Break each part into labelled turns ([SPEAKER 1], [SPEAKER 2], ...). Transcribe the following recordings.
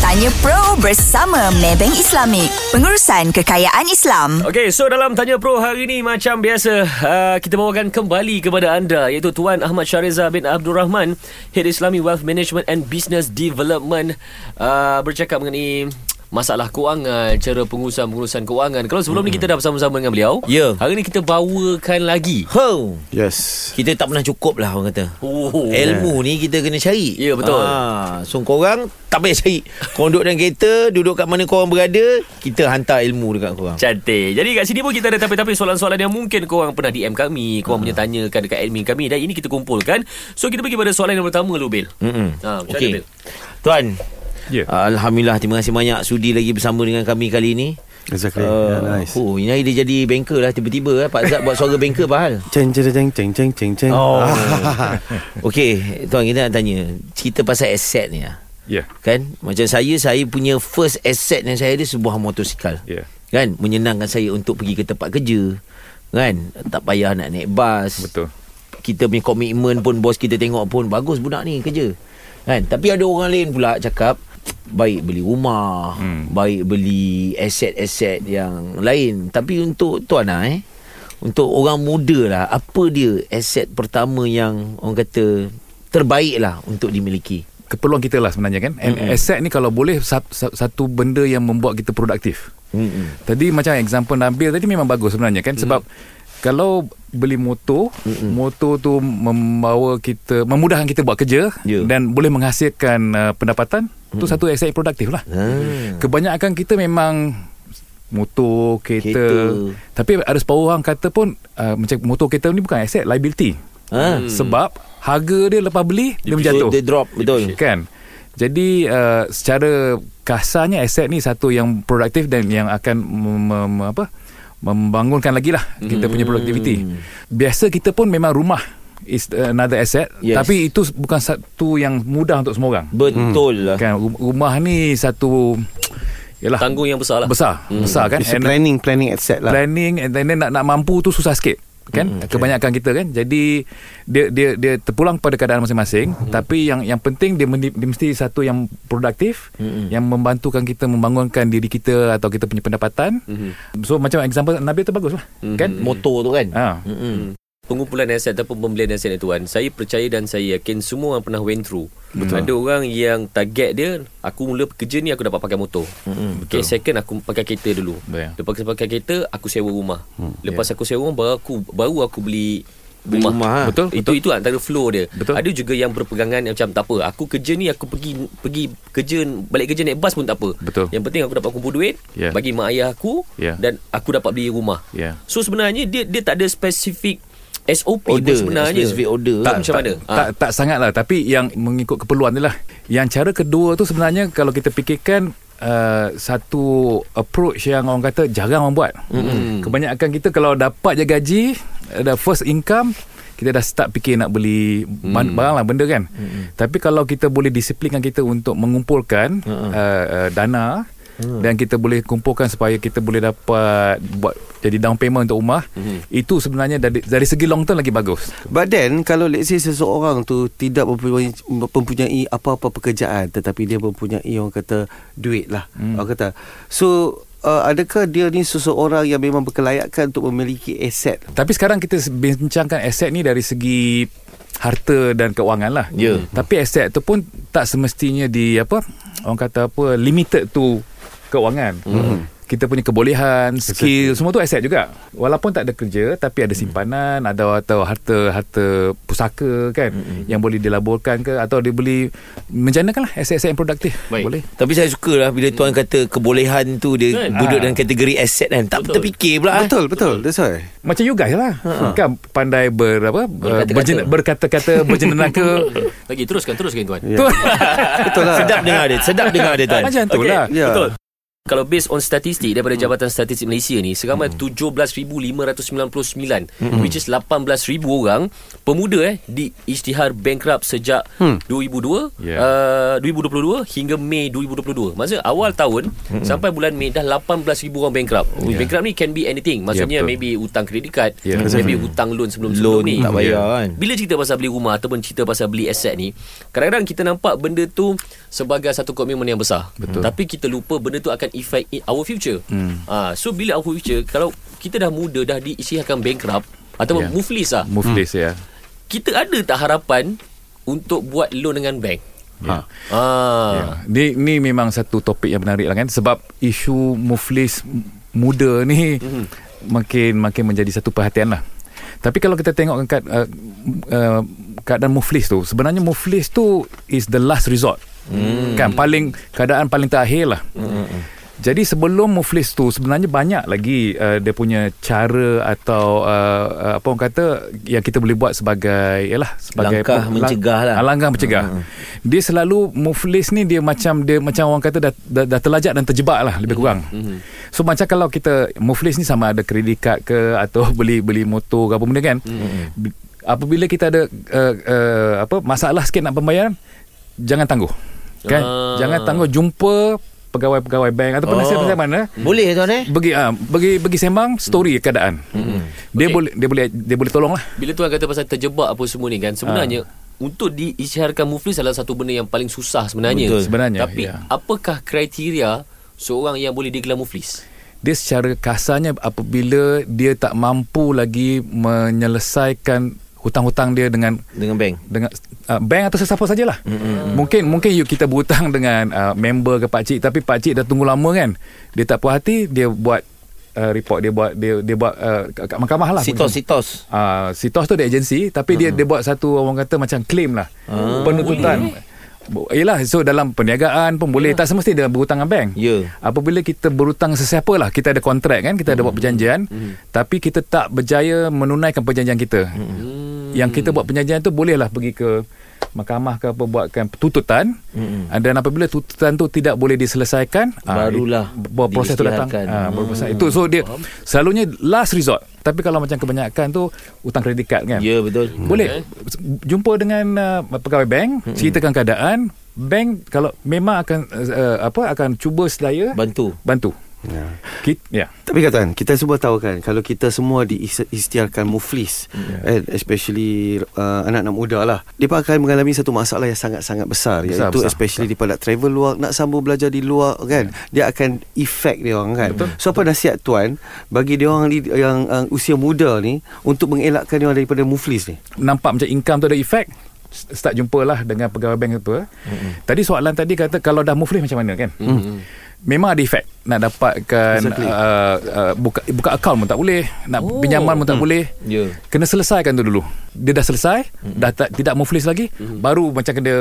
[SPEAKER 1] Tanya Pro bersama Maybank Islamic. Pengurusan Kekayaan Islam.
[SPEAKER 2] Okey, so dalam Tanya Pro hari ini macam biasa uh, kita bawakan kembali kepada anda iaitu Tuan Ahmad Syariza bin Abdul Rahman, Head Islami Wealth Management and Business Development uh, bercakap mengenai masalah kewangan, cara pengurusan-pengurusan kewangan. Kalau sebelum hmm. ni kita dah bersama-sama dengan beliau,
[SPEAKER 3] Ya.
[SPEAKER 2] hari ni kita bawakan lagi.
[SPEAKER 3] Ho.
[SPEAKER 4] Yes.
[SPEAKER 3] Kita tak pernah cukup lah orang kata.
[SPEAKER 2] Oh,
[SPEAKER 3] Ilmu ni kita kena cari.
[SPEAKER 2] Ya, betul.
[SPEAKER 3] Ha, so korang tak payah cari. Korang duduk dalam kereta, duduk kat mana korang berada, kita hantar ilmu dekat korang.
[SPEAKER 2] Cantik. Jadi kat sini pun kita ada tapi-tapi soalan-soalan yang mungkin korang pernah DM kami,
[SPEAKER 3] Mm.
[SPEAKER 2] korang punya tanyakan dekat admin kami dan ini kita kumpulkan. So kita pergi pada soalan yang pertama dulu, Bil.
[SPEAKER 3] Mm-mm.
[SPEAKER 2] Ha, macam
[SPEAKER 3] Okey.
[SPEAKER 2] mana, Bil?
[SPEAKER 3] Tuan.
[SPEAKER 4] Ya.
[SPEAKER 3] Alhamdulillah terima kasih banyak sudi lagi bersama dengan kami kali ini.
[SPEAKER 4] Exactly. Uh, yeah, nice.
[SPEAKER 3] Oh, ini hari dia jadi banker lah tiba-tiba eh. Pak Zat buat suara banker apa hal?
[SPEAKER 4] Ceng ceng ceng ceng ceng ceng ceng.
[SPEAKER 3] Oh. Okey, tuan kita nak tanya cerita pasal aset ni lah.
[SPEAKER 5] Ya,
[SPEAKER 3] Kan? Macam saya saya punya first asset yang saya ada sebuah motosikal.
[SPEAKER 5] ya.
[SPEAKER 3] kan menyenangkan saya untuk pergi ke tempat kerja kan tak payah nak naik bas
[SPEAKER 5] Betul.
[SPEAKER 3] kita punya komitmen pun bos kita tengok pun bagus budak ni kerja kan tapi ada orang lain pula cakap baik beli rumah hmm.
[SPEAKER 5] Hmm.
[SPEAKER 3] baik beli aset-aset yang lain tapi untuk tuan lah eh untuk orang muda lah apa dia aset pertama yang orang kata terbaik lah untuk dimiliki
[SPEAKER 5] Keperluan kita lah sebenarnya kan. And asset ni kalau boleh sat- sat- satu benda yang membuat kita produktif.
[SPEAKER 3] hmm
[SPEAKER 5] Tadi macam example Nabil tadi memang bagus sebenarnya kan sebab kalau beli motor, Mm-mm. motor tu membawa kita memudahkan kita buat kerja
[SPEAKER 3] Ya.
[SPEAKER 5] dan boleh menghasilkan uh, pendapatan, tu satu aset yang produktif lah.
[SPEAKER 3] Ah.
[SPEAKER 5] Kebanyakan kita memang motor, kereta,
[SPEAKER 3] Kereta.
[SPEAKER 5] tapi ada separuh orang kata pun uh, macam motor kereta ni bukan aset, liability.
[SPEAKER 3] Ah.
[SPEAKER 5] Sebab harga dia lepas beli dia
[SPEAKER 3] So,
[SPEAKER 5] menjatuh.
[SPEAKER 3] dia drop betul
[SPEAKER 5] Kan? Jadi uh, secara kasarnya aset ni satu yang produktif dan yang akan mem, mem, apa membangunkan lagi lah kita punya
[SPEAKER 3] Hmm.
[SPEAKER 5] produktiviti. Biasa kita pun memang rumah is another asset
[SPEAKER 3] Yes.
[SPEAKER 5] yes. tapi itu bukan satu yang mudah untuk semua orang.
[SPEAKER 3] betul lah
[SPEAKER 5] Kan ru- rumah ni satu yalah
[SPEAKER 2] Tanggung yang besar lah.
[SPEAKER 5] besar,
[SPEAKER 3] Hmm.
[SPEAKER 5] besar kan?
[SPEAKER 4] It's a
[SPEAKER 5] And-
[SPEAKER 4] planning planning asset lah.
[SPEAKER 5] planning and then nak nak mampu tu susah sikit kan mm, okay. kebanyakan kita kan jadi dia dia dia terpulang pada keadaan masing-masing mm. tapi yang yang penting dia, mendi, dia mesti satu yang produktif mm. yang membantukan kita membangunkan diri kita atau kita punya pendapatan mm. so macam example Nabil tu bagus lah mm. kan
[SPEAKER 3] motor tu kan
[SPEAKER 5] ha
[SPEAKER 2] pengumpulan aset ataupun pembelian aset ni tuan saya percaya dan saya yakin semua orang pernah went through Betul. ada orang yang target dia aku mula kerja ni aku dapat pakai motor mm-hmm. okay, second aku pakai kereta dulu
[SPEAKER 5] Betul.
[SPEAKER 2] lepas aku pakai kereta aku sewa rumah hmm. lepas aku sewa rumah baru aku baru aku beli
[SPEAKER 3] Beli rumah, ha.
[SPEAKER 5] Betul,
[SPEAKER 2] itu itu antara flow dia
[SPEAKER 5] Betul.
[SPEAKER 2] ada juga yang berpegangan yang macam tak apa aku kerja ni aku pergi pergi kerja balik kerja naik bas pun tak apa
[SPEAKER 5] Betul.
[SPEAKER 2] yang penting aku dapat kumpul duit
[SPEAKER 5] Yeah.
[SPEAKER 2] bagi mak ayah aku
[SPEAKER 5] Yeah.
[SPEAKER 2] dan aku dapat beli rumah
[SPEAKER 5] Yeah.
[SPEAKER 2] So sebenarnya dia dia tak ada spesifik SOP
[SPEAKER 3] Order,
[SPEAKER 2] pun sebenarnya.
[SPEAKER 3] specific order
[SPEAKER 2] Tak
[SPEAKER 3] lah.
[SPEAKER 2] macam mana? Ha,
[SPEAKER 5] Tak, tak, tak sangat lah Tapi yang mengikut keperluan dia lah Yang cara kedua tu sebenarnya Kalau kita fikirkan uh, Satu approach yang orang kata Jarang orang buat mm-hmm. Kebanyakan kita kalau dapat je gaji uh, The first income kita dah start fikir nak beli mm. barang lah benda kan. Mm. Tapi kalau kita boleh disiplinkan kita untuk mengumpulkan uh-huh. uh, uh, dana mm. dan kita boleh kumpulkan supaya kita boleh dapat buat jadi down payment untuk rumah, mm. itu sebenarnya dari dari segi long term lagi bagus.
[SPEAKER 4] But then kalau let's say seseorang tu tidak mempunyai, mempunyai apa-apa pekerjaan tetapi dia mempunyai orang kata duit lah. Hmm. Orang kata. So uh, adakah dia ni seseorang yang memang berkelayakan untuk memiliki aset?
[SPEAKER 5] Tapi sekarang kita bincangkan aset ni dari segi harta dan kewangan lah.
[SPEAKER 3] Ya.
[SPEAKER 5] Tapi aset tu pun tak semestinya di apa orang kata apa limited to kewangan. Hmm. Kita punya kebolehan, skill, semua tu aset juga. Walaupun tak ada kerja tapi ada simpanan, ada atau harta-harta pusaka kan hmm. yang boleh dilaburkan ke atau dia boleh menjanakanlah aset-aset yang produktif.
[SPEAKER 2] Baik.
[SPEAKER 5] Boleh.
[SPEAKER 3] Tapi saya suka lah bila tuan kata kebolehan tu dia
[SPEAKER 2] Kan?
[SPEAKER 3] duduk
[SPEAKER 5] Ah.
[SPEAKER 3] dalam kategori aset kan. Tak
[SPEAKER 2] Betul.
[SPEAKER 3] terfikir pula. eh.
[SPEAKER 4] Betul, betul. That's why.
[SPEAKER 5] Macam you guys lah Kan pandai ber, apa,
[SPEAKER 2] Berkata-kata.
[SPEAKER 5] berjen- berkata-kata Berjenaka
[SPEAKER 2] Lagi teruskan teruskan tuan.
[SPEAKER 4] Yeah. betul lah.
[SPEAKER 3] Sedap dengar dia, sedap dengar dia tuan.
[SPEAKER 5] Macam tu
[SPEAKER 2] Okey.
[SPEAKER 5] lah
[SPEAKER 4] Yeah.
[SPEAKER 2] Betul. Kalau based on statistik daripada
[SPEAKER 5] Hmm.
[SPEAKER 2] Jabatan Statistik Malaysia ni seramai 17,599
[SPEAKER 5] Hmm.
[SPEAKER 2] which is 18,000 orang pemuda eh diisytihar bankrupt sejak 2002
[SPEAKER 5] Hmm.
[SPEAKER 2] uh,
[SPEAKER 5] Yeah.
[SPEAKER 2] 2022 hingga Mei 2022. Maksudnya awal tahun
[SPEAKER 5] Hmm.
[SPEAKER 2] sampai bulan Mei dah 18,000 orang bankrupt. Bankrupt ni can be anything. Maksudnya
[SPEAKER 5] Oh, betul.
[SPEAKER 2] maybe hutang kredit card,
[SPEAKER 5] Yeah.
[SPEAKER 2] maybe hutang loan sebelum-sebelum
[SPEAKER 3] Loan
[SPEAKER 2] ni.
[SPEAKER 3] tak bayar kan
[SPEAKER 2] Bila cerita pasal beli rumah ataupun cerita pasal beli aset ni, kadang-kadang kita nampak benda tu sebagai satu komitmen yang besar. Betul. Tapi kita lupa benda tu akan affect in our future. Hmm. Ha, so bila our future kalau kita dah muda dah diisytiharkan bankrupt ataupun yeah.
[SPEAKER 5] Yeah.
[SPEAKER 2] muflis lah.
[SPEAKER 3] Hmm.
[SPEAKER 5] Muflis ya.
[SPEAKER 2] Kita ada tak harapan untuk buat loan dengan bank? Ha.
[SPEAKER 5] Ya. Ya.
[SPEAKER 2] Yeah.
[SPEAKER 5] Ni ni memang satu topik yang menarik lah kan sebab isu muflis m- muda ni
[SPEAKER 3] Hmm.
[SPEAKER 5] mm-hmm. makin makin menjadi satu perhatian lah. Tapi kalau kita tengok kat uh, uh, keadaan muflis tu sebenarnya muflis tu is the last resort.
[SPEAKER 3] Hmm.
[SPEAKER 5] Mm. Kan paling keadaan paling terakhir lah. Mm. Jadi sebelum muflis tu sebenarnya banyak lagi uh, dia punya cara atau uh, uh, apa orang kata yang kita boleh buat sebagai yalah sebagai
[SPEAKER 3] Langkah mencegah lah.
[SPEAKER 5] Ah, langkah mencegah. Hmm. Dia selalu muflis ni dia macam dia macam orang kata dah dah, dah terlajak dan terjebak lah lebih kurang. Hmm. So macam kalau kita muflis ni sama ada kredit card ke atau beli beli motor ke apa benda kan. Hmm. Apabila kita ada uh, uh, apa masalah sikit nak pembayaran jangan tangguh. Kan?
[SPEAKER 2] Ah.
[SPEAKER 5] Jangan tangguh jumpa pegawai-pegawai bank ataupun oh. nasihat-nasihat mana
[SPEAKER 3] Boleh tuan eh
[SPEAKER 5] bagi ah bagi bagi sembang story keadaan.
[SPEAKER 2] Okey.
[SPEAKER 5] Dia boleh dia boleh dia boleh tolong lah.
[SPEAKER 2] Bila tuan kata pasal terjebak apa semua ni kan sebenarnya untuk diisytiharkan muflis adalah satu benda yang paling susah sebenarnya.
[SPEAKER 3] Betul,
[SPEAKER 5] sebenarnya,
[SPEAKER 2] Tapi
[SPEAKER 5] ya.
[SPEAKER 2] apakah kriteria seorang yang boleh digelar muflis?
[SPEAKER 5] Dia secara kasarnya apabila dia tak mampu lagi menyelesaikan hutang-hutang dia dengan
[SPEAKER 3] Dengan bank
[SPEAKER 5] dengan uh, bank atau sesiapa sajalah. Mm-hmm. Mungkin mungkin you kita berhutang dengan uh, member ke pak cik tapi pak cik dah tunggu lama kan. Dia tak puas hati, dia buat uh, report dia buat dia dia buat uh, kat kat mahkamah lah.
[SPEAKER 3] Sitos-sitos
[SPEAKER 5] uh, Sitos tu ada agensi tapi dia dia buat satu orang kata macam claim lah penuntutan Bo- Yelah so dalam perniagaan pun boleh tak semestinya dia berhutang dengan bank
[SPEAKER 3] Ya.
[SPEAKER 5] apabila kita berhutang sesiapa lah kita ada kontrak kan kita ada buat perjanjian tapi kita tak berjaya menunaikan perjanjian kita yang kita buat perjanjian tu bolehlah pergi ke mahkamah ke apa buatkan tuntutan mm dan apabila tuntutan tu tidak boleh diselesaikan ah,
[SPEAKER 3] Barulah
[SPEAKER 5] it- baru proses tu datang
[SPEAKER 3] diisytiharkan.
[SPEAKER 5] Ah, baru proses itu so dia selalunya last resort tapi kalau macam kebanyakan tu hutang kredit card kan
[SPEAKER 3] Ya Hmm. betul
[SPEAKER 5] boleh jumpa dengan uh, pegawai bank ceritakan keadaan bank kalau memang akan uh, uh, apa akan cuba sedaya
[SPEAKER 3] Bantu
[SPEAKER 5] bantu
[SPEAKER 4] Ya.
[SPEAKER 5] Kit, ya
[SPEAKER 4] Tapi katakan kita semua tahu kan kalau kita semua diisytiharkan muflis yeah. and especially uh, anak-anak muda lah dia akan mengalami satu masalah yang sangat-sangat besar
[SPEAKER 5] Besar,
[SPEAKER 4] iaitu
[SPEAKER 5] besar,
[SPEAKER 4] especially besar. daripada travel luar nak sambung belajar di luar kan dia akan effect dia orang kan Betul. so apa nasihat tuan bagi dia orang ni- yang uh, usia muda ni untuk mengelakkan dia orang daripada muflis ni
[SPEAKER 5] nampak macam income tu ada efek start jumpalah dengan pegawai bank tu mm-hmm. tadi soalan tadi kata kalau dah muflis macam mana kan mm-hmm. memang ada efek nak dapatkan
[SPEAKER 4] Exactly.
[SPEAKER 5] exactly. uh, uh, buka buka akaun pun tak boleh nak oh. pinjaman pun tak boleh
[SPEAKER 3] Ya.
[SPEAKER 5] kena selesaikan tu dulu dia dah selesai mm-hmm. dah tak, tidak muflis lagi mm-hmm. baru macam kena dia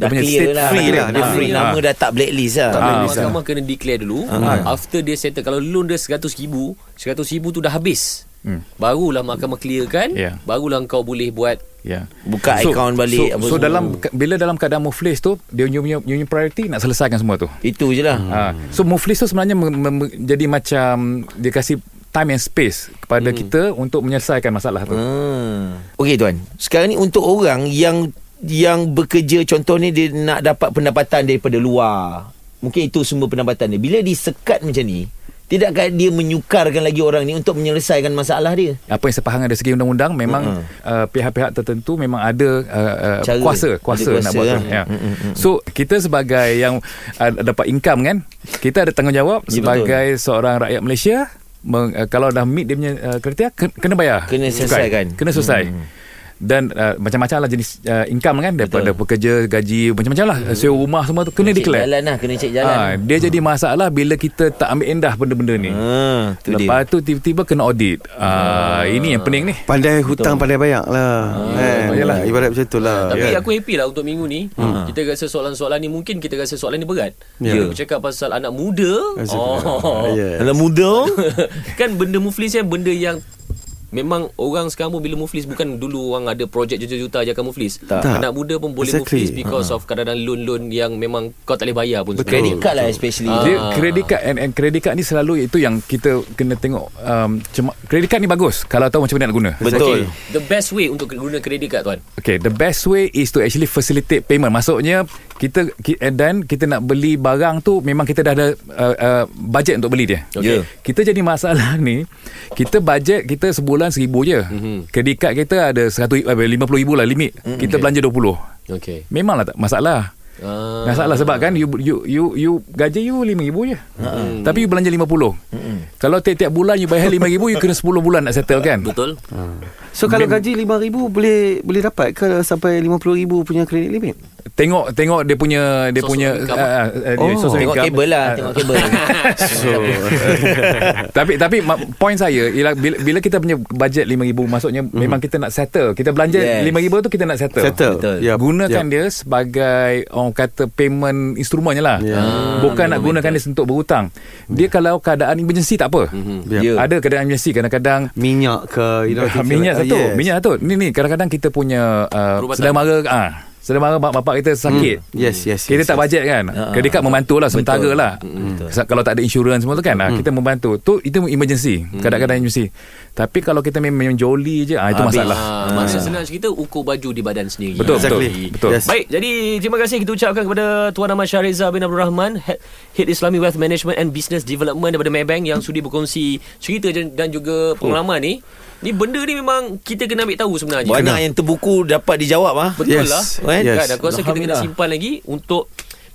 [SPEAKER 3] Dah
[SPEAKER 5] punya
[SPEAKER 3] clear
[SPEAKER 5] state
[SPEAKER 3] lah
[SPEAKER 4] free lah,
[SPEAKER 3] Dia
[SPEAKER 4] dia
[SPEAKER 3] free
[SPEAKER 4] free.
[SPEAKER 3] Nama dah tak blacklist lah
[SPEAKER 2] Tak boleh
[SPEAKER 5] Ah,
[SPEAKER 2] mahkamah kena declare dulu Ah, After dia settle Kalau loan dia RM100,000 RM100,000 tu dah habis
[SPEAKER 5] Hmm.
[SPEAKER 2] Barulah mahkamah clearkan
[SPEAKER 5] Ya.
[SPEAKER 2] Barulah kau boleh buat
[SPEAKER 5] Ya.
[SPEAKER 3] Buka akaun balik, apa
[SPEAKER 5] So, so
[SPEAKER 3] semua.
[SPEAKER 5] dalam ke- bila dalam keadaan muflis tu dia punya- punya punya priority nak selesaikan semua tu.
[SPEAKER 3] Itu je lah
[SPEAKER 5] Hmm. Ha. So muflis tu sebenarnya mem- mem- jadi macam dia kasi time and space kepada hmm. kita untuk menyelesaikan masalah tu. Hmm.
[SPEAKER 3] Hmm. Okey tuan. Sekarang ni untuk orang yang yang bekerja contohnya dia nak dapat pendapatan daripada luar. Mungkin itu semua pendapatan dia. Bila disekat macam ni, tidakkah dia menyukarkan lagi orang ni untuk menyelesaikan masalah dia?
[SPEAKER 5] Apa yang sepahang dari segi undang-undang memang uh, pihak-pihak tertentu memang ada uh, uh,
[SPEAKER 3] Cara.
[SPEAKER 5] kuasa kuasa
[SPEAKER 3] Ada
[SPEAKER 5] nak
[SPEAKER 3] kuasa,
[SPEAKER 5] buat.
[SPEAKER 3] kan?
[SPEAKER 5] Kan? Ya. So kita sebagai yang uh, dapat income kan, kita ada tanggungjawab
[SPEAKER 3] Ya, betul.
[SPEAKER 5] sebagai seorang rakyat Malaysia meng, uh, kalau dah meet dia punya uh, kriteria ke- kena bayar.
[SPEAKER 3] Kena
[SPEAKER 5] Cukai.
[SPEAKER 3] selesaikan.
[SPEAKER 5] Kena selesai. Hmm. Dan uh, macam-macam lah jenis uh, income kan daripada Betul. pekerja gaji macam-macam lah hmm. sewa rumah semua tu kena
[SPEAKER 3] Cik
[SPEAKER 5] declare.
[SPEAKER 3] Jalan lah, kena cek jalan.
[SPEAKER 2] Ah,
[SPEAKER 5] Ha, dia jadi masalah bila kita tak ambil endah benda-benda ni.
[SPEAKER 3] Ha, ah, tu dia.
[SPEAKER 5] Lepas tu tiba-tiba kena audit. Ah, ini yang pening ni.
[SPEAKER 4] pandai hutang pandai bayar lah kan
[SPEAKER 5] bayar lah.
[SPEAKER 4] ibarat macam tu lah
[SPEAKER 2] Tapi
[SPEAKER 4] kan?
[SPEAKER 2] aku happy lah untuk minggu ni Kita rasa soalan-soalan ni Mungkin kita rasa soalan ni berat
[SPEAKER 4] Ya.
[SPEAKER 2] Kita bercakap pasal anak muda
[SPEAKER 4] Rasa-
[SPEAKER 2] Oh
[SPEAKER 4] Yeah.
[SPEAKER 3] Dalam muda
[SPEAKER 2] Kan benda muflis kan Benda yang Memang orang sekarang pun bila muflis bukan dulu orang ada projek juta-juta je akan muflis.
[SPEAKER 3] Tak.
[SPEAKER 2] Anak muda pun boleh
[SPEAKER 4] Exactly.
[SPEAKER 2] exactly. muflis because uh-huh. of kadang-kadang loan-loan yang memang kau tak boleh bayar pun.
[SPEAKER 4] Betul.
[SPEAKER 3] Credit
[SPEAKER 2] sebenarnya.
[SPEAKER 3] card lah especially.
[SPEAKER 2] Ah.
[SPEAKER 5] Dia credit card and, and credit card ni selalu itu yang kita kena tengok um, cuma, credit card ni bagus kalau tahu macam mana nak guna.
[SPEAKER 3] Betul.
[SPEAKER 2] The best way untuk guna credit card tuan.
[SPEAKER 5] Okay, the best way is to actually facilitate payment. Maksudnya kita ki- and then kita nak beli barang tu memang kita dah ada uh, uh, budget untuk beli dia.
[SPEAKER 3] Okay. Yeah.
[SPEAKER 5] Kita jadi masalah ni Kita bajet Kita sebulan seribu je mm-hmm. Kredit card kita ada 100, eh, 50 ribu lah limit mm-hmm. Kita
[SPEAKER 2] Okay.
[SPEAKER 5] belanja 20
[SPEAKER 2] Okay.
[SPEAKER 5] Memanglah tak masalah
[SPEAKER 2] Uh,
[SPEAKER 5] Masalah sebab kan you you you, you gaji you 5000 je. Hmm. Tapi you belanja 50. Hmm. Kalau tiap-tiap bulan you bayar 5000 you kena 10 bulan nak settle kan.
[SPEAKER 2] Betul?
[SPEAKER 4] So kalau gaji 5000 boleh boleh dapat ke sampai 50000 punya credit limit?
[SPEAKER 5] Tengok tengok dia punya dia
[SPEAKER 2] Sosok
[SPEAKER 5] punya
[SPEAKER 2] income.
[SPEAKER 5] ah, ah, dia
[SPEAKER 4] Oh.
[SPEAKER 5] sosok
[SPEAKER 3] lah. Tengok
[SPEAKER 5] income.
[SPEAKER 3] kabel lah,
[SPEAKER 5] Ah,
[SPEAKER 3] tengok kabel.
[SPEAKER 4] So
[SPEAKER 5] tapi tapi ma- point saya ialah bila, bila kita punya bajet 5000 maksudnya hmm. memang kita nak settle. Kita belanja
[SPEAKER 3] Yes.
[SPEAKER 5] yes. 5000 tu kita nak settle.
[SPEAKER 4] settle.
[SPEAKER 3] Betul.
[SPEAKER 5] Yep. Gunakan
[SPEAKER 4] Yep.
[SPEAKER 5] dia sebagai orang kata payment instrumennya lah.
[SPEAKER 4] Ya.
[SPEAKER 3] Ah,
[SPEAKER 5] Yeah. Bukan nak gunakan dia untuk berhutang. Dia kalau keadaan emergency tak apa. Mm-hmm.
[SPEAKER 4] Yep.
[SPEAKER 3] Yeah.
[SPEAKER 5] Ada keadaan emergency kadang-kadang
[SPEAKER 4] Minyak ke you know,
[SPEAKER 5] Ah,
[SPEAKER 4] things
[SPEAKER 5] minyak
[SPEAKER 4] like-
[SPEAKER 5] satu,
[SPEAKER 4] Yes.
[SPEAKER 5] minyak satu. Ni ni kadang-kadang kita punya uh,
[SPEAKER 2] Perubatan.
[SPEAKER 5] sedang mara ah, sedang mara bap- bapak kita sakit. Hmm.
[SPEAKER 4] Mm, Yes, yes.
[SPEAKER 5] Kita
[SPEAKER 4] yes,
[SPEAKER 5] tak
[SPEAKER 4] yes.
[SPEAKER 5] bajet kan
[SPEAKER 3] Ah,
[SPEAKER 5] uh, Credit card membantu lah
[SPEAKER 3] betul. Hmm.
[SPEAKER 5] Sementara lah Sa- Kalau tak ada insurans semua tu kan ah, Kita membantu tu Itu emergency Kadang-kadang emergency Tapi kalau kita memang joli je ah, Itu
[SPEAKER 3] Habis.
[SPEAKER 5] masalah
[SPEAKER 2] Ah, Maksudnya senang cerita ukur baju di badan sendiri.
[SPEAKER 5] Betul,
[SPEAKER 4] Exactly.
[SPEAKER 5] betul.
[SPEAKER 4] Yes.
[SPEAKER 2] Baik, jadi terima kasih kita ucapkan kepada Tuan Ahmad Syahriza bin Abdul Rahman, Head, Head Islamic Wealth Management and Business Development daripada Maybank yang sudi berkongsi cerita dan dan juga pengalaman ni. Ni benda ni memang kita kena ambil tahu sebenarnya.
[SPEAKER 3] Banyak yang terbuku dapat dijawab ah.
[SPEAKER 2] Betul
[SPEAKER 4] Yes,
[SPEAKER 2] lah.
[SPEAKER 3] right?
[SPEAKER 2] Kan?
[SPEAKER 4] yes.
[SPEAKER 2] Aku rasa kita kena
[SPEAKER 3] Alhamdulillah.
[SPEAKER 2] simpan lagi untuk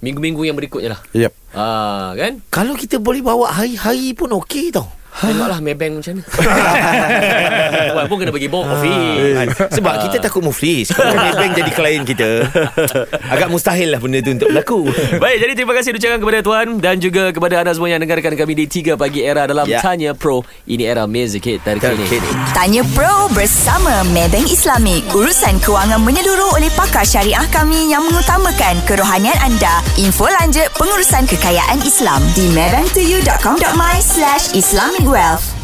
[SPEAKER 2] minggu-minggu yang berikutnya lah.
[SPEAKER 4] Yep.
[SPEAKER 2] Ah, kan?
[SPEAKER 3] Kalau kita boleh bawa hari-hari pun okey tau.
[SPEAKER 2] Tengoklah Maybank macam mana. Tuan pun kena bagi bawa kopi.
[SPEAKER 3] Kan? Sebab kita takut muflis Kalau bank jadi klien kita Agak mustahil lah benda tu untuk berlaku
[SPEAKER 2] Baik, jadi terima kasih ucapkan kepada Tuan dan juga kepada anda semua yang dengarkan kami di 3 pagi era dalam
[SPEAKER 3] Ya.
[SPEAKER 2] yeah. Tanya Pro. Ini era Music Hit terkini.
[SPEAKER 3] Okay.
[SPEAKER 1] Tanya Pro bersama Maybank Islamic. Urusan kewangan menyeluruh oleh pakar syariah kami yang mengutamakan kerohanian anda. Info lanjut pengurusan kekayaan Islam di maybanktoyou.com.my slash Islamic Wealth.